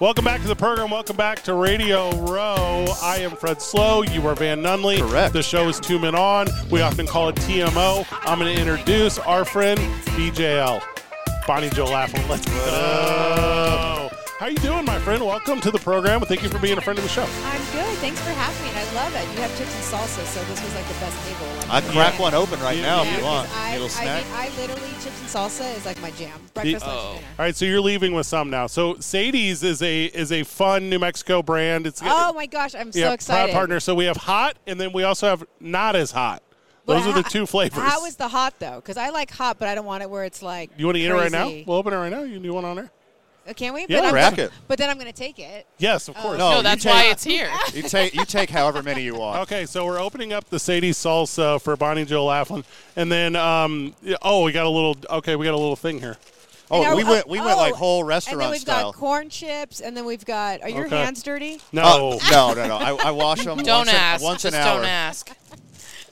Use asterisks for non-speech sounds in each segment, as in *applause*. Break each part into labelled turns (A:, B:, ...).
A: Welcome back to the program. Welcome back to Radio Row. I am Fred Slow. You are Van Nunley.
B: Correct.
A: The show is Two Men On. We often call it TMO. I'm going to introduce our friend BJL. Bonnie Joe Laughlin. Let's go. How you doing, my friend? Welcome to the program. Thank you for being a friend of the show.
C: I'm good. Thanks for having me. And I love it. You have chips and salsa, so this was like the best table. Like,
B: I crack
C: yeah.
B: one open right
A: Yeah,
B: now
C: Yeah,
B: if you
C: 'cause
B: want.
C: I,
B: Little snack.
C: I, mean, I literally chips and salsa is like my jam. Breakfast, lunch, and dinner.
A: All right, so you're leaving with some now. So Sadie's is a is a fun New Mexico brand. It's
C: Oh my gosh, I'm
A: yeah,
C: so excited.
A: proud partner. So we have hot, and then we also have not as hot.
C: But
A: Those are the
C: ho-
A: two flavors.
C: How is the hot though? Because I like hot, but I don't want it where it's like.
A: you want to eat it right now?
C: crazy.
A: We'll open it right now. You can do one on there.
C: Uh, Can we?
A: Yeah,
C: but I'm-
B: crack it.
C: But then I'm gonna take it.
A: Yes,
C: Oh.
A: of course.
B: No,
D: No,
B: Oh, you
D: that's
B: take-
D: why it's here.
B: *laughs* You take you take however many you want.
A: Okay, so we're opening up the Sadie salsa for Bonnie Joe Laughlin, and then um, yeah, oh, we got a little. Okay, we got a little thing here.
B: Oh,
C: And
B: we
C: I-
B: went we went like
C: oh,
B: whole
C: And then
B: restaurant
C: we've
B: style.
C: got corn chips, and then we've got. Are your
A: Okay.
C: hands dirty? *laughs*
A: No,
B: Oh no no no! I, I wash them.
D: Don't
B: once
D: ask.
B: An, once
D: Just
B: an hour.
D: don't ask.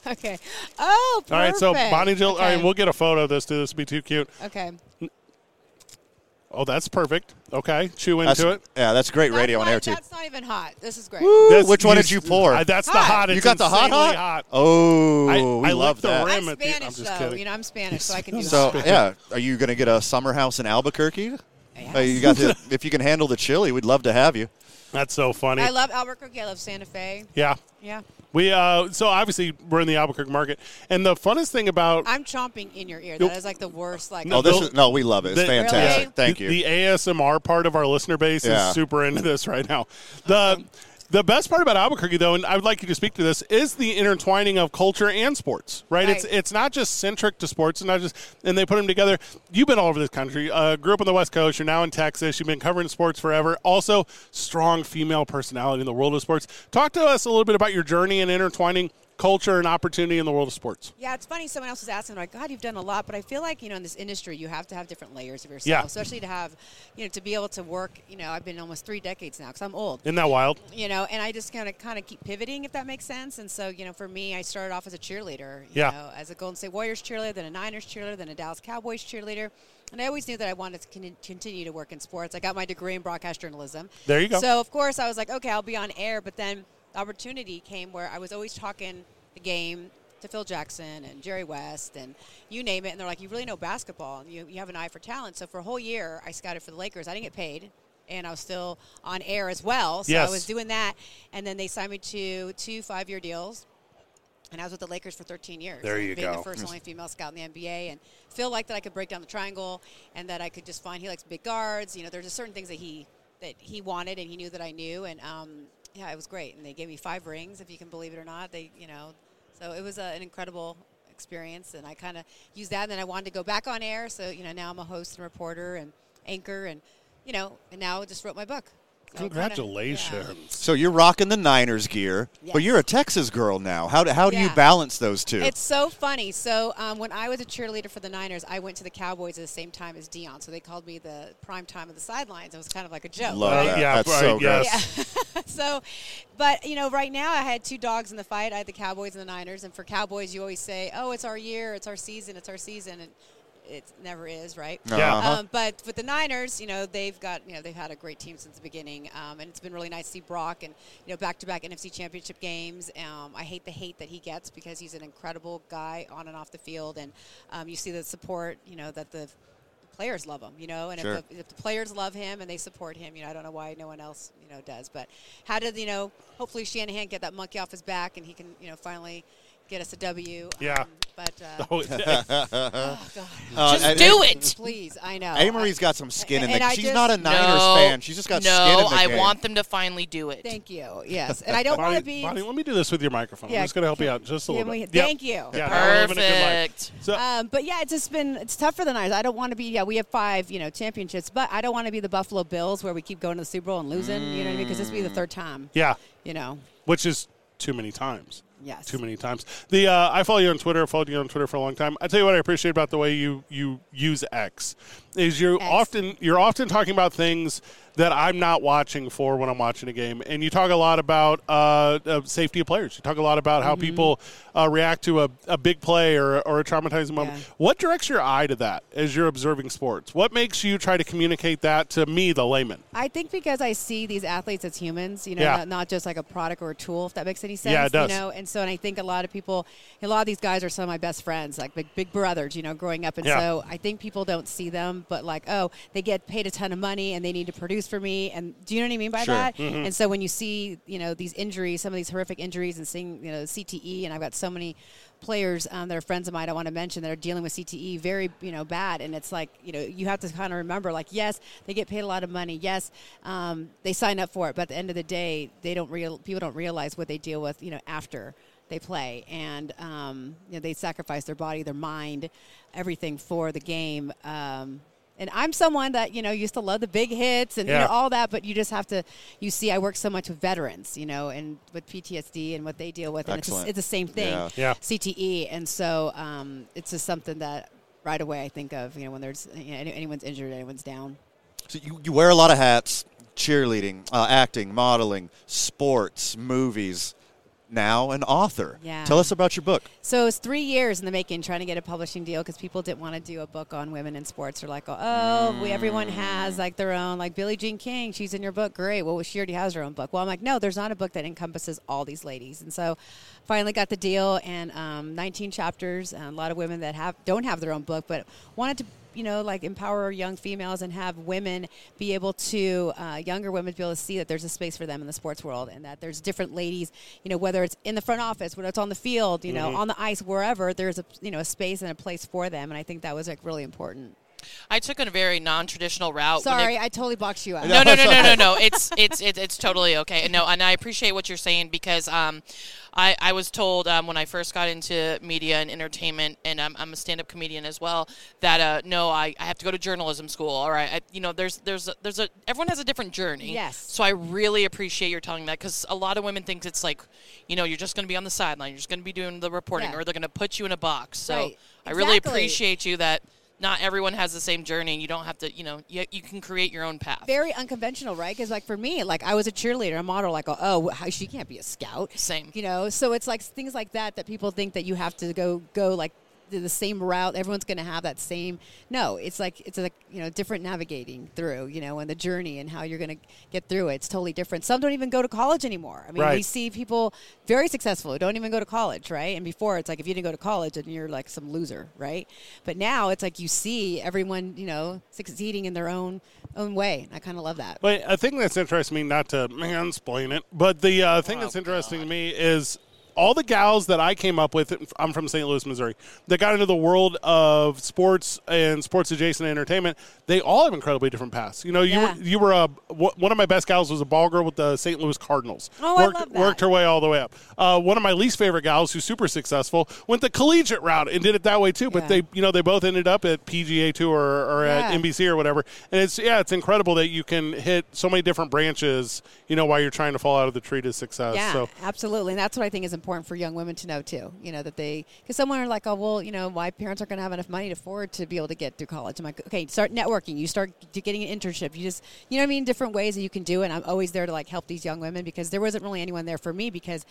C: Okay. Oh, perfect.
A: all right. So Bonnie Joe, all
C: Okay.
A: right, we'll get a photo of this. Too. This would be too cute.
C: okay.
A: Oh, that's perfect. Okay, chew
B: That's,
A: into it.
B: Yeah, that's great radio
C: that's
B: on
C: not,
B: air too.
C: That's not even hot. This is great.
B: Ooh,
A: That's-
B: which one did you pour?
A: Uh, that's the
C: Hot.
A: hot.
B: you
A: It's
B: got the hot
A: insanely
B: hot. Oh,
A: I-
B: we
A: I
B: love
A: licked the
B: that.
A: rim. Damn it,
C: I'm
A: dude,
C: Spanish,
A: I'm just
C: though.
A: kidding.
C: You know, I'm Spanish, so
A: *laughs*
C: I can do
B: So
C: that.
B: yeah, are you gonna get a summer house in Albuquerque?
C: Yes.
B: Uh, you got
A: *laughs*
B: to, if you can handle the chili, we'd love to have you.
A: That's so funny.
C: I love Albuquerque. I love Santa Fe.
A: yeah.
C: Yeah.
A: We uh, so obviously we're in the Albuquerque market, and the funnest thing about
C: I'm chomping in your ear.
A: Nope.
C: That is like the worst. Like,
B: Oh, this
A: the-
B: is no, we love it. It's
A: the-
B: fantastic.
C: Really?
B: Thank
A: the,
B: you.
A: The ASMR part of our listener base
B: Yeah.
A: is super into this right now. The the best part about Albuquerque, though, and I would like you to speak to this, is the intertwining of culture and sports. Right? It's
C: Right.
A: it's not just centric to sports, and not just and they put them together. You've been all over this country. Uh, grew up on the West Coast. You're now in Texas. You've been covering sports forever. Also, strong female personality in the world of sports. Talk to us a little bit about your journey and intertwining culture and opportunity in the world of sports.
C: yeah, it's funny. Someone else was asking, like, God, you've done a lot, but I feel like you know, in this industry, you have to have different layers of yourself,
A: Yeah.
C: especially to have, you know, to be able to work. You know, I've been almost three decades now because I'm old.
A: Isn't that wild?
C: you know, and I just kind of kind of keep pivoting, if that makes sense. And so, you know, for me, I started off as a cheerleader, you
A: Yeah.
C: know, as a Golden State Warriors cheerleader, then a Niners cheerleader, then a Dallas Cowboys cheerleader. And I always knew that I wanted to con- continue to work in sports. I got my degree in broadcast journalism.
A: There you go.
C: So, of course, I was like, okay, I'll be on air. But then the opportunity came where I was always talking the game to Phil Jackson and Jerry West and you name it. And they're like, you really know basketball and you, you have an eye for talent. So for a whole year, I scouted for the Lakers. I didn't get paid. And I was still on air as well. So
A: Yes.
C: I was doing that. And then they signed me to two five year deals. And I was with the Lakers for 13 years.
A: There you
C: being
A: go. Mm.
C: the first only female scout in the NBA. And Phil liked that I could break down the triangle and that I could just find, he likes big guards. You know, there's just certain things that he that he wanted and he knew that I knew. And um, yeah, it was great. And they gave me five rings, if you can believe it or not. They, you know, so it was uh, an incredible experience. And I kind of used that. And then I wanted to go back on air. So, you know, now I'm a host and reporter and anchor and, you know, and now I just wrote my book. So kinda- yeah.
A: Congratulations.
B: so you're rocking the Niners gear, but
C: Yes.
B: you're a Texas girl now. How do, how do you
C: Yeah.
B: balance those two?
C: It's so funny. So um, when I was a cheerleader for the Niners, I went to the Cowboys at the same time as Dion. So they called me the prime time of the sidelines. It was kind of like a joke.
B: Love
A: Uh,
B: that.
A: yeah,
B: That's
A: right,
B: so good.
A: yes.
C: *laughs* so, but you know, right now I had two dogs in the fight. I had the Cowboys and the Niners. And for Cowboys, you always say, "Oh, it's our year. It's our season. It's our season." And it never is, right?
A: Yeah.
B: Uh-huh.
C: Um, but with the Niners, you know, they've got you know they've had a great team since the beginning, um, and it's been really nice to see Brock and you know back to back NFC Championship games. Um, I hate the hate that he gets because he's an incredible guy on and off the field, and um, you see the support you know that the players love him, you know, and
B: Sure.
C: if, the, if the players love him and they support him, you know, I don't know why no one else you know does, but how did you know? Hopefully Shanahan get that monkey off his back and he can you know finally get us a W.
A: Yeah.
C: Um, but
A: *laughs*
C: uh,
A: Oh, yeah.
B: Uh,
D: Just
B: and-
D: do it.
C: please, I know.
B: Amory's got some skin in the
C: And I
B: She's
C: just-
B: not a Niners
D: no,
B: fan. She's just got
D: no,
B: skin in the
D: I
B: game.
D: want them to finally do it.
C: Thank you.
A: *laughs*
C: Yes, and I don't want
A: Bonnie,
C: to be.
A: Bonnie, let me do this with your microphone. I'm
C: Yeah,
A: just going to help you out just a
C: can
A: little
C: we-
A: bit.
C: thank you.
A: Yeah, we're living a good life.
D: Perfect.
A: So,
C: Um, but yeah, it's just been it's tough for the Niners. I don't want to be. Yeah, we have five, you know, championships, but I don't want to be the Buffalo Bills where we keep going to the
A: Mm.
C: Super Bowl and losing. You know what I mean? Because this would be the third time.
A: yeah,
C: You know.
A: which is too many times.
C: Yes.
A: too many times. The uh, I follow you on Twitter. I followed you on Twitter for a long time. I tell you what I appreciate about the way you you use X is you are
C: X.
A: often you're often talking about things that I'm not watching for when I'm watching a game, and you talk a lot about uh, uh, safety of players. You talk a lot about
C: Mm-hmm.
A: how people uh, react to a, a big play or, or a traumatizing moment.
C: Yeah.
A: What directs your eye to that as you're observing sports? What makes you try to communicate that to me, the layman?
C: I think because I see these athletes as humans, you know,
A: Yeah.
C: not, not just like a product or a tool, if that makes any sense.
A: Yeah, it does.
C: You know, and so, and I think a lot of people, a lot of these guys are some of my best friends, like big, big brothers, you know, growing up. And
A: Yeah.
C: so I think people don't see them, but like, oh, they get paid a ton of money and they need to produce for me. And do you know what I mean by
B: Sure.
C: that? And so when you see, you know, these injuries, some of these horrific injuries and seeing, you know, CTE, and I've got so many players um, that are friends of mine I want to mention that are dealing with CTE very, you know, bad. And it's like, you know, you have to kind of remember, like, yes, they get paid a lot of money. Yes, um, they sign up for it. But at the end of the day, they don't real people don't realize what they deal with, you know, after they play and um, you know, they sacrifice their body, their mind, everything for the game. Um, and I'm someone that you know used to love the big hits and you
A: Yeah.
C: know, all that, but you just have to. You see, I work so much with veterans, you know, and with PTSD and what they deal with, and it's, the-
B: Excellent.
C: it's the same thing,
B: Yeah.
A: Yeah.
C: CTE, and so um, it's just something that right away I think of, you know, when there's you know, any- anyone's injured, anyone's down.
B: So you, you wear a lot of hats: cheerleading, uh, acting, modeling, sports, movies. Now an author.
C: Yeah.
B: Tell us about your book.
C: So it was three years in the making trying to get a publishing deal because people didn't want to do a book on women in sports. They're like, oh, we, everyone has like their own. Like Billie Jean King, she's in your book. Great. Well, she already has her own book. Well, I'm like, no, there's not a book that encompasses all these ladies. And so finally got the deal and um, 19 chapters. And a lot of women that have don't have their own book but wanted to you know, like empower young females and have women be able to, uh, younger women be able to see that there's a space for them in the sports world and that there's different ladies, you know, whether it's in the front office, whether it's on the field, you
D: Mm-hmm.
C: know, on the ice, wherever, there's a, you know, a space and a place for them. And I think that was like really important.
D: I took a very non-traditional route. when it-
C: Sorry, I totally boxed you out.
D: no, no, no, no, no, no. It's it's it's, it's totally okay. No, and I appreciate what you're saying because um, I I was told um, when I first got into media and entertainment, and I'm, I'm a stand-up comedian as well. That uh, no, I, I have to go to journalism school. All right, I, you know, there's there's a, there's a everyone has a different journey.
C: Yes.
D: So I really appreciate your telling me that because a lot of women think it's like, you know, you're just going to be on the sideline, you're just going to be doing the reporting,
C: Yeah.
D: or they're going to put you in a box. So
C: Right.
D: I really
C: Exactly.
D: appreciate you that. Not everyone has the same journey. You don't have to, you know, you, you can create your own path.
C: Very unconventional, right? Because like for me, like I was a cheerleader, a model. Like, oh, how, she can't be a scout.
D: Same.
C: you know. So it's like things like that that people think that you have to go go like the the same route. Everyone's going to have that same. No, it's like it's like you know different navigating through, you know, and the journey and how you're going to get through it. It's totally different. Some don't even go to college anymore. I mean, we
A: Right.
C: see people very successful who don't even go to college, right? And before it's like if you didn't go to college, then you're like some loser, right? But now it's like you see everyone, you know, succeeding in their own own way. And I kind of love that.
A: But a thing that's interesting to me, not to mansplain it, but the uh,
C: Oh,
A: thing that's interesting to me is all the gals that I came up with, I'm from St. Louis, Missouri, that got into the world of sports and sports adjacent entertainment, they all have incredibly different paths. You know, you,
C: Yeah.
A: were, you were a, one of my best gals was a ball girl with the St. Louis Cardinals.
C: Oh, I
A: worked,
C: love that.
A: Worked her way all the way up. Uh, one of my least favorite gals, who's super successful, went the collegiate route and did it that way too. But
C: Yeah.
A: they, you know, they both ended up at PGA Tour or at
C: Yeah.
A: NBC. NBC or whatever. And it's yeah, it's incredible that you can hit so many different branches, you know, while you're trying to fall out of the tree to success.
C: Yeah,
A: So
C: absolutely, and that's what I think is important for young women to know too. You know that they because someone are like, oh well, you know, my parents aren't going to have enough money to afford to be able to get through college. I'm like, okay, start networking. You start d- getting an internship. You just, you know, what I mean, different ways that you can do it. And I'm always there to like help these young women because there wasn't really anyone there for me because.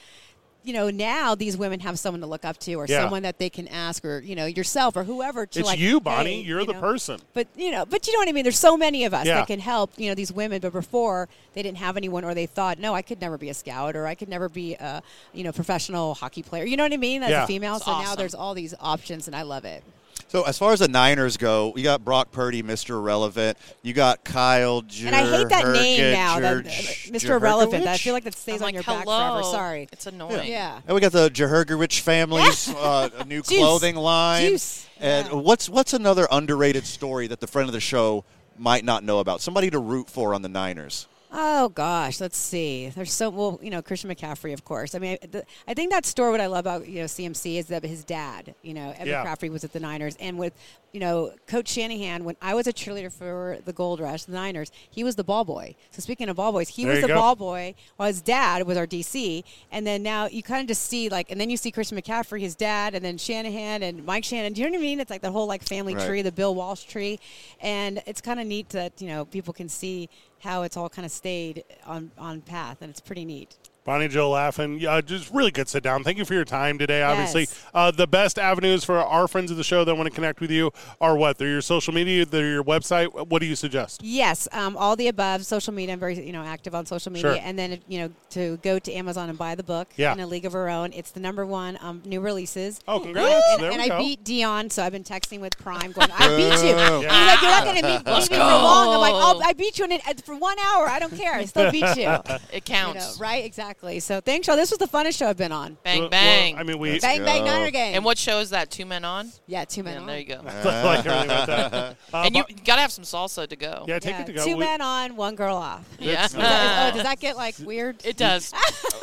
C: You know, now these women have someone to look up to, or
A: Yeah.
C: someone that they can ask, or you know, yourself or whoever. To
A: It's
C: like,
A: you, Bonnie.
C: hey,
A: You're the
C: know.
A: person.
C: But you know, but you know what I mean. There's so many of us
A: Yeah.
C: that can help. You know, these women. But before they didn't have anyone, or they thought, no, I could never be a scout, or I could never be a you know professional hockey player. You know what I mean? As
A: Yeah.
C: a female,
D: That's
C: so now
D: awesome.
C: there's all these options, and I love it.
B: So as far as the Niners go, you got Brock Purdy, Mr. Irrelevant. You got Kyle. Jur-
C: And I hate that name now, that, uh, Mr. Irrelevant. I feel like that
D: I'm
C: stays on
D: like,
C: your
D: hello.
C: back forever. Sorry.
D: It's annoying.
C: yeah.
B: And we got the Jehurgerwitch family's uh, a new
C: *laughs* Juice.
B: clothing line.
C: Juice.
B: And
C: Yeah.
B: what's what's another underrated story that the friend of the show might not know about? Somebody to root for on the Niners.
C: Oh gosh, let's see. There's so well, you know, Christian McCaffrey, of course. I mean, I, the, I think that story. What I love about you know CMC is that his dad, you know, Evan
A: Yeah.
C: McCaffrey was at the Niners, and with you know, Coach Shanahan, when I was a cheerleader for the Gold Rush, the Niners, he was the ball boy. So speaking of ball boys, he
A: There
C: was
A: you
C: the
A: go.
C: ball boy while his dad was our DC. And then now you kind of just see like, and then you see Christian McCaffrey, his dad, and then Shanahan and Mike Shannon. Do you know what I mean? It's like the whole like family
B: Right.
C: tree, the Bill Walsh tree, and it's kind of neat that you know people can see how it's all kind of stayed on on path, and it's pretty neat.
A: Bonnie Joe Laffin, yeah, just really good sit down. Thank you for your time today. Obviously,
C: Yes.
A: uh, the best avenues for our friends of the show that want to connect with you are what? Through your social media, through your website. What do you suggest?
C: Yes, um, all the above. Social media. I'm very you know active on social media,
A: Sure.
C: and then you know to go to Amazon and buy the book
A: Yeah.
C: in a league of our own. It's the number one um, new releases.
A: Oh, congrats!
C: And,
A: there
C: and
A: we
C: I
A: go.
C: beat Dion, so I've been texting with Prime, going, "I beat you."
B: Yeah.
C: He's like, "You're not going to beat, beat me for long." I'm like, oh,
D: go.
C: "I beat you in an, for one hour. I don't care. I still beat
A: *laughs*
C: you." You
D: It
C: know,
D: counts.
C: right? Exactly. So thanks, y'all. This was the funnest show I've been on.
A: Well,
D: Bang
A: well,
D: bang.
A: I mean, we
C: Bang bang
B: go.
C: Niner game.
D: and what show is that? Two men on.
C: Yeah, two men
D: Yeah,
C: on.
D: there you go.
A: *laughs* like everything about that. Uh,
D: and you
A: but-
D: gotta have some salsa to go.
A: yeah, take
C: Yeah,
A: it to go.
C: two
A: We-
C: men on, one girl off.
D: *laughs* Yeah.
C: oh, does that get like weird? *laughs*
D: It does.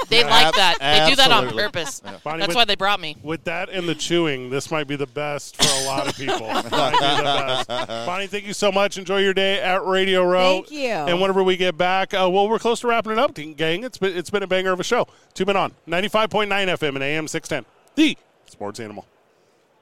D: they
B: Yeah,
D: like
B: ab-
D: that. They do that on
B: absolutely.
D: purpose.
A: Bonnie,
D: That's
A: with-
D: why they brought me.
A: With that and the chewing, this might be the best for a lot of people. Might be the best. Bonnie, thank you so much. Enjoy your day at Radio Row.
C: Thank you.
A: And whenever we get back, uh, well, we're close to wrapping it up, gang. It's been it's been a banger of a show. Two men on ninety five point nine FM and AM six ten. The Sports Animal.